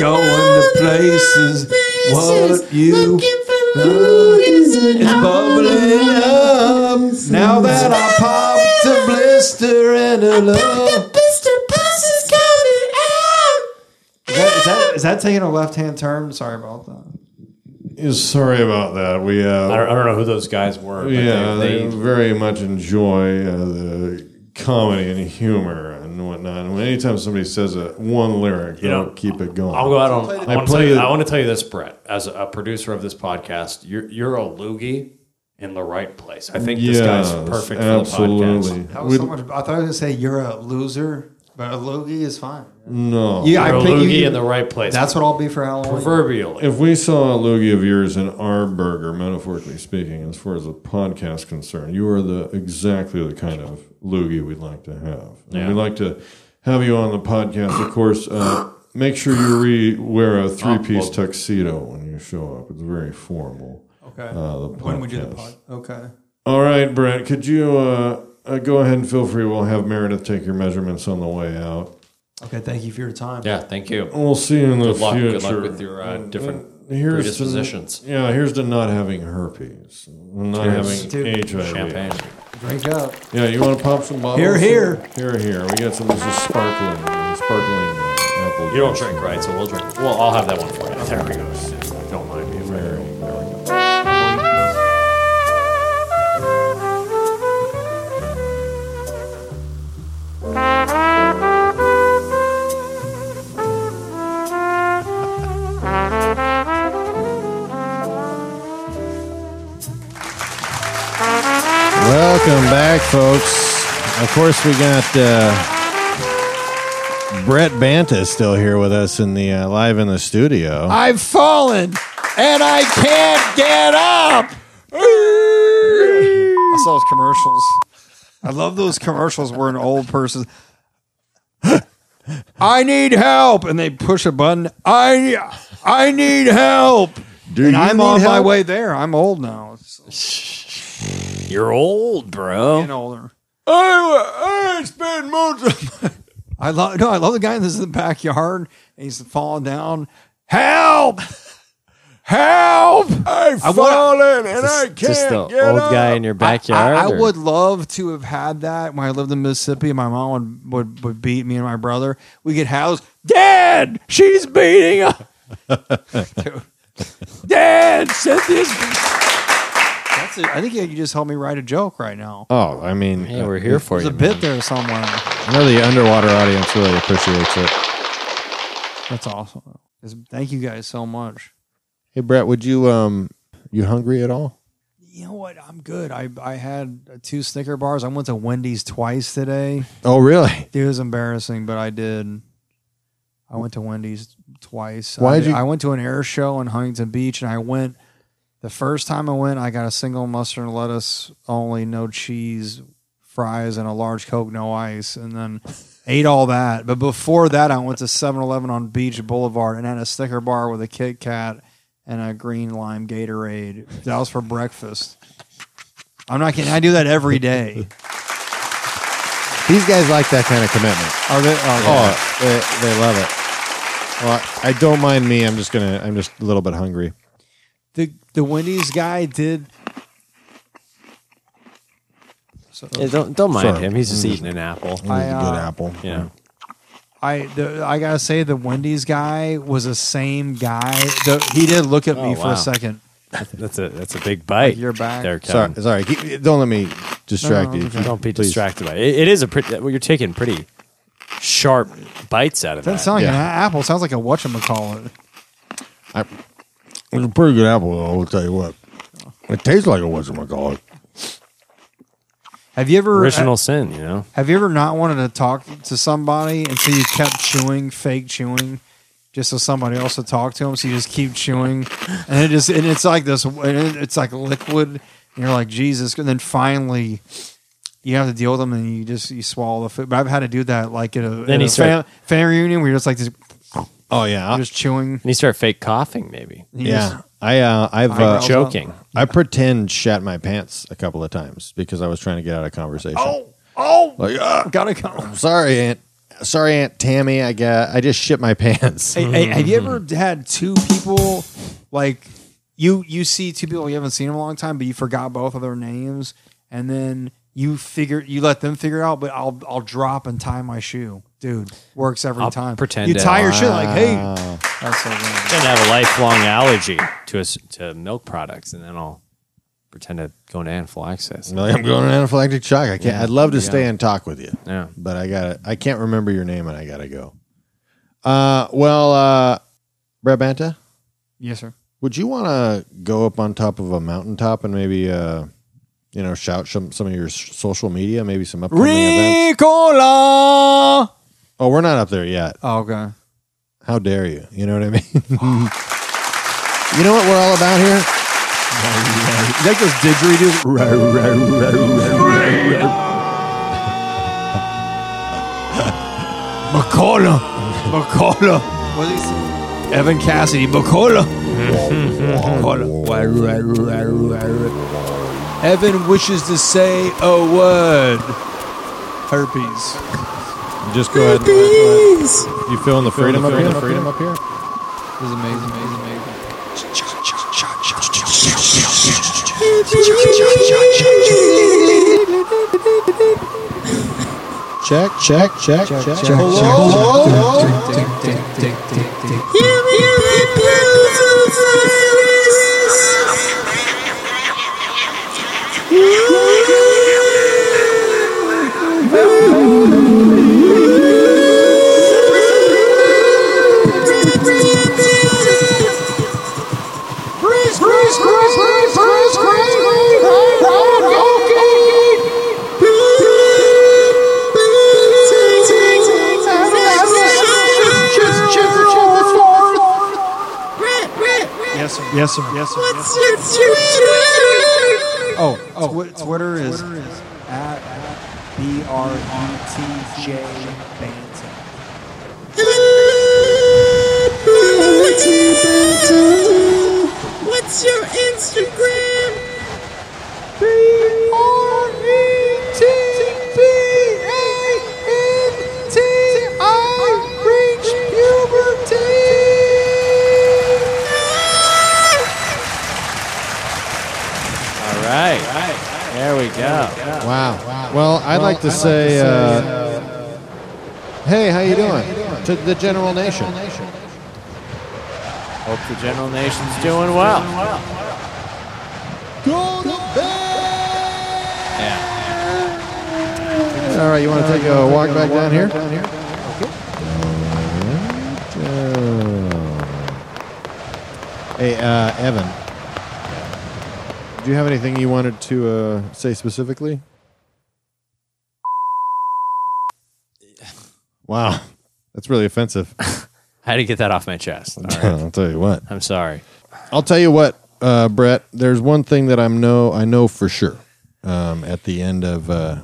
D: going to places. What you it's bubbling up now that I popped a blister and a love. Is that, is that is that taking a left hand turn? Sorry about that.
K: Is sorry about that. We uh,
M: I don't, I don't know who those guys were. But
K: yeah,
M: they,
K: they,
M: they,
K: very much enjoy uh, the comedy and humor and whatnot. And anytime somebody says a one lyric,
M: You
K: they'll
M: know,
K: keep it going.
M: I'll go out on. I,
K: I
M: want to tell
K: play
M: you,
K: the,
M: I want to tell you this, Brett. As a producer of this podcast, you're you're a loogie in the right place. I think this guy's
K: Yes,
M: perfect for the
K: absolutely.
M: podcast.
D: That was so much. I thought I was gonna say you're a loser, but a loogie is fine.
K: no,
D: You- I You're a pick- you- loogie you-
M: in the right place.
D: That's what I'll be for Halloween.
M: Proverbially.
K: If we saw a loogie of yours in our burger, metaphorically speaking, as far as the podcast concerned, you are the exactly the kind of loogie we'd like to have. And
M: Yeah.
K: We'd like to have you on the podcast, of course. Uh, make sure you re- wear a three piece tuxedo when you show up. It's very formal.
D: Okay.
K: Uh, the
D: When we do the
K: podcast.
D: pod- okay.
K: All right, Brett. Could you uh, uh, go ahead and feel free? We'll have Meredith take your measurements on the way out.
D: Okay, thank you for your time.
M: Yeah, thank you.
K: We'll see you in the
M: Good luck-
K: future.
M: good luck with your, uh, different
K: And here's to-
M: predispositions.
K: yeah, here's to not having herpes, and not
M: Cheers.
K: having
M: Dude.
K: HIV.
M: Champagne.
D: Drink up.
K: Yeah, you want to pop some bottles?
D: Here, here.
K: Here, here. We got some. This is sparkling, sparkling uh, apple.
M: You don't drink, right? So we'll drink. Well, I'll have that one for you. There we go. Don't mind me.
K: Very, very.
E: Welcome back, folks. Of course, we got uh, Brett Banta still here with us in the uh, live in the studio.
O: I've fallen and I can't get up.
D: I saw those commercials. I love those commercials where an old person. I need help, and they push a button. I I need help.
E: Do
D: and
J: you
D: I'm
J: need
D: on my
J: help?
D: way there. I'm old now.
J: You're old, bro.
D: Getting older.
O: I, I spend most of
D: I love no. I love the guy that's in the backyard and he's falling down. Help! Help! I've
O: fallen and I can't
H: Just the old guy in your backyard.
D: I, I
H: or-
D: would love to have had that when I lived in Mississippi. My mom would, would, would beat me and my brother. We get housed. Dad, she's beating up. Dad, Cynthia's. That's it. I think you just helped me write a joke right now.
E: Oh, I mean,
D: Hey,
E: we're here for
D: There's
E: you.
D: a bit there somewhere.
E: I know the underwater audience really appreciates it.
D: That's awesome. It's- Thank you guys so much.
E: Hey, Brett, would you um, you hungry at all?
D: You know what? I'm good. I I had uh, two Snicker bars. I went to Wendy's twice today.
E: Oh, really?
D: It was embarrassing, but I did. I went to Wendy's twice. I,
E: Why'd
D: did-
E: you-
D: I went to an air show in Huntington Beach, and I went. The first time I went, I got a single mustard and lettuce only, no cheese, fries, and a large Coke, no ice, and then ate all that. But before that, I went to 7-Eleven on Beach Boulevard and had a Snicker bar with a Kit Kat and a green lime Gatorade. That was for breakfast. I'm not kidding. I do that every day.
E: These guys like that kind of commitment.
D: Are they?
E: Oh, they, they love it. Well, I don't mind me. I'm just gonna. I'm just a little bit hungry.
D: the the Wendy's guy did So Mm.
H: Yeah, don't don't mind him. He's
M: Mm-hmm.
H: just eating an apple.
D: I, uh,
H: Yeah.
D: I the, I gotta say the Wendy's guy was the same guy. The, he did look at me
H: Oh,
D: for
H: wow.
D: a second.
H: That's a that's a big bite.
D: You're back.
H: There,
E: Sorry,
H: Kevin.
E: sorry. keep- Don't let me distract
H: No, no,
E: you.
H: okay. Don't be distracted by it. It- It is a pretty. Well, you're taking pretty sharp bites out of
D: Doesn't
H: that.
D: sound like an a- apple. Sounds like a whatchamacallit.
E: It's a pretty good apple, though, I'll tell you what. It tastes like it was my god.
D: Have you ever
H: original sin? You know.
D: Have you ever not wanted to talk to somebody and so you kept chewing, fake chewing, just so somebody else would talk to them? So you just keep chewing, and it just and it's like this, and it- it's like liquid, and you're like Jesus, and then finally. You have to deal with them, and you just you swallow the food. But I've had to do that, like at a,
H: Then
D: at
H: you
D: a
H: start-
D: fam- family reunion, where you're just like, this,
E: oh yeah,
D: just chewing.
H: And you start fake coughing, maybe.
E: Yeah, I uh, I've uh,
H: Eyebrows Joking. up.
E: I pretend shat my pants a couple of times because I was trying to get out of conversation. Oh,
D: oh,
E: like ah,
D: gotta go.
E: I'm sorry, Aunt. Sorry, Aunt Tammy. I got I just shit my pants.
D: Hey, hey, have you ever
H: Mm-hmm.
D: had two people like you you see two people you haven't seen in a long time, but you forgot both of their names, and then you figure you let them figure it out, but I'll I'll drop and tie my shoe, dude. Works every
H: I'll
D: time.
H: pretend
D: you
H: to-
D: tie your shoe like, hey,
H: Wow.
D: that's so good.
H: pretend to have a lifelong allergy to us to milk products, and then I'll pretend to go into anaphylaxis.
E: No, I'm going on anaphylactic shock. I can't.
H: Yeah.
E: I'd love to
H: Yeah.
E: stay and talk with you.
H: Yeah.
E: But I got to I can't remember your name, and I gotta go. Uh, well, uh, Brad Banta,
D: Yes, sir.
E: would you want to go up on top of a mountaintop and maybe uh, you know, shout some some of your s- social media, maybe some upcoming events?
D: Ricola.
E: Oh, we're not up there yet.
D: Oh, okay.
E: How dare you? You know what I mean? you know what we're all about here?
D: Like those didgeridoos. Macola. Macola. What is it? Evan Cassidy. Macola. Macola. Evan wishes to say a word. Herpes.
E: Just go ahead. and- You feeling the freedom up
D: Feeling
E: here?
D: the freedom up
E: here?
D: This is amazing, amazing, amazing.
E: Check, check, check, check, check.
D: Yes, sir. Yes, sir. Yes, sir. Oh, oh, Twitter, is, at B R E T J Bantam.
C: What's your Instagram? B R E T T A N T I reach puberty.
H: All right. There we go.
E: Wow. Well, I'd like to say, uh, hey, how you doing? To the general nation.
H: Hope the general nation's doing well.
C: Go to
H: Yeah.
C: bed.
E: All right, you want to take a walk back down here? Oh. Hey, uh, Evan. Do you have anything you wanted to uh, say specifically? Wow, that's really offensive.
H: I had to get that off my chest. All right.
E: I'll tell you what.
H: I'm sorry.
E: I'll tell you what, uh, Brett. There's one thing that I'm know I know for sure um, at the end of uh,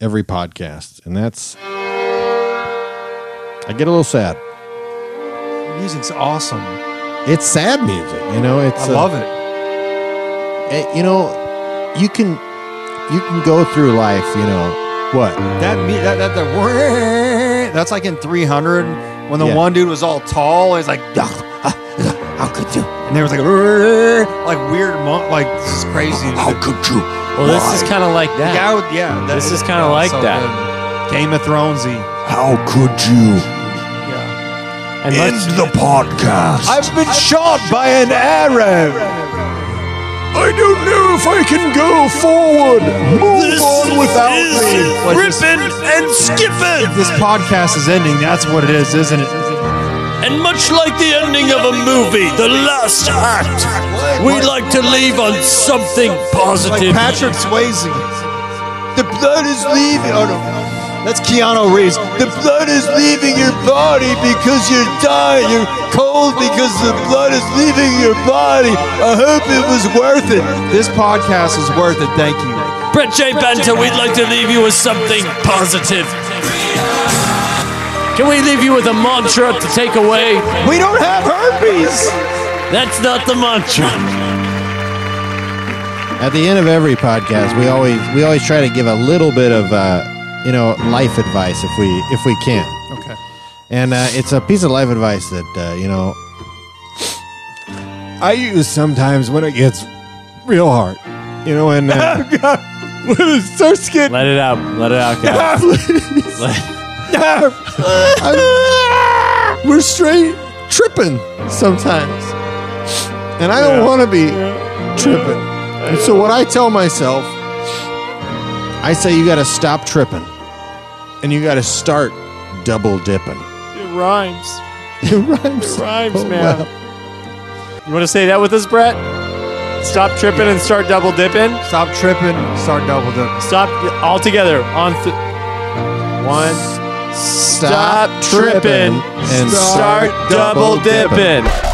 E: every podcast, and that's I get a little sad.
D: Music's awesome.
E: It's sad music, you know. It's
D: I
E: uh,
D: love it.
E: eh, you know, you can you can go through life, you know. What?
D: That me that that the that's like in 300 when the
E: Yeah.
D: one dude was all tall. He's like, uh, How could you? And there was like "Rrrr," like weird, mo- like this is crazy. How could you?
M: Well, this is kinda like that.
D: The guy with- yeah,
M: This is kinda like that.
D: good. Game of Thronesy.
C: How could you? End the podcast. I've been shot by an arrow. I don't know if I can go forward. Move on without me.
D: Ripping and skipping. This podcast is ending. That's what it is, isn't it?
O: And much like the ending of a movie, the last act, we like to leave on something positive.
C: Patrick Swayze. The blood is leaving. Oh no, that's Keanu Reeves. The blood is leaving your body because you're dying. You're cold because the blood is leaving your body. I hope it was worth it.
D: This podcast is worth it. Thank you.
O: Brett J. Banta, we'd like to leave you with something positive. Can we leave you with a mantra to take away?
C: We don't have herpes.
O: That's not the mantra.
E: At the end of every podcast, we always we always try to give a little bit of uh, you know life advice if we if we can.
D: Okay.
E: And uh, it's a piece of life advice that uh, you know I use sometimes when it gets real hard. You know, and uh, so scared.
M: Let it out. Let it out. guys. Let-
E: I'm- we're straight tripping sometimes, and I don't want to be tripping. And so what I tell myself, I say you got to stop tripping, and you got to start double dipping.
M: It rhymes.
E: It rhymes.
M: It rhymes, man. You want to say that with us, Brett? Stop tripping and start double dipping.
D: Stop tripping. Start double dipping.
M: Stop all together on th- one. Stop,
E: tripping
M: tripping and
E: and
M: start,
E: start
M: double
E: double dipping.
M: dipping.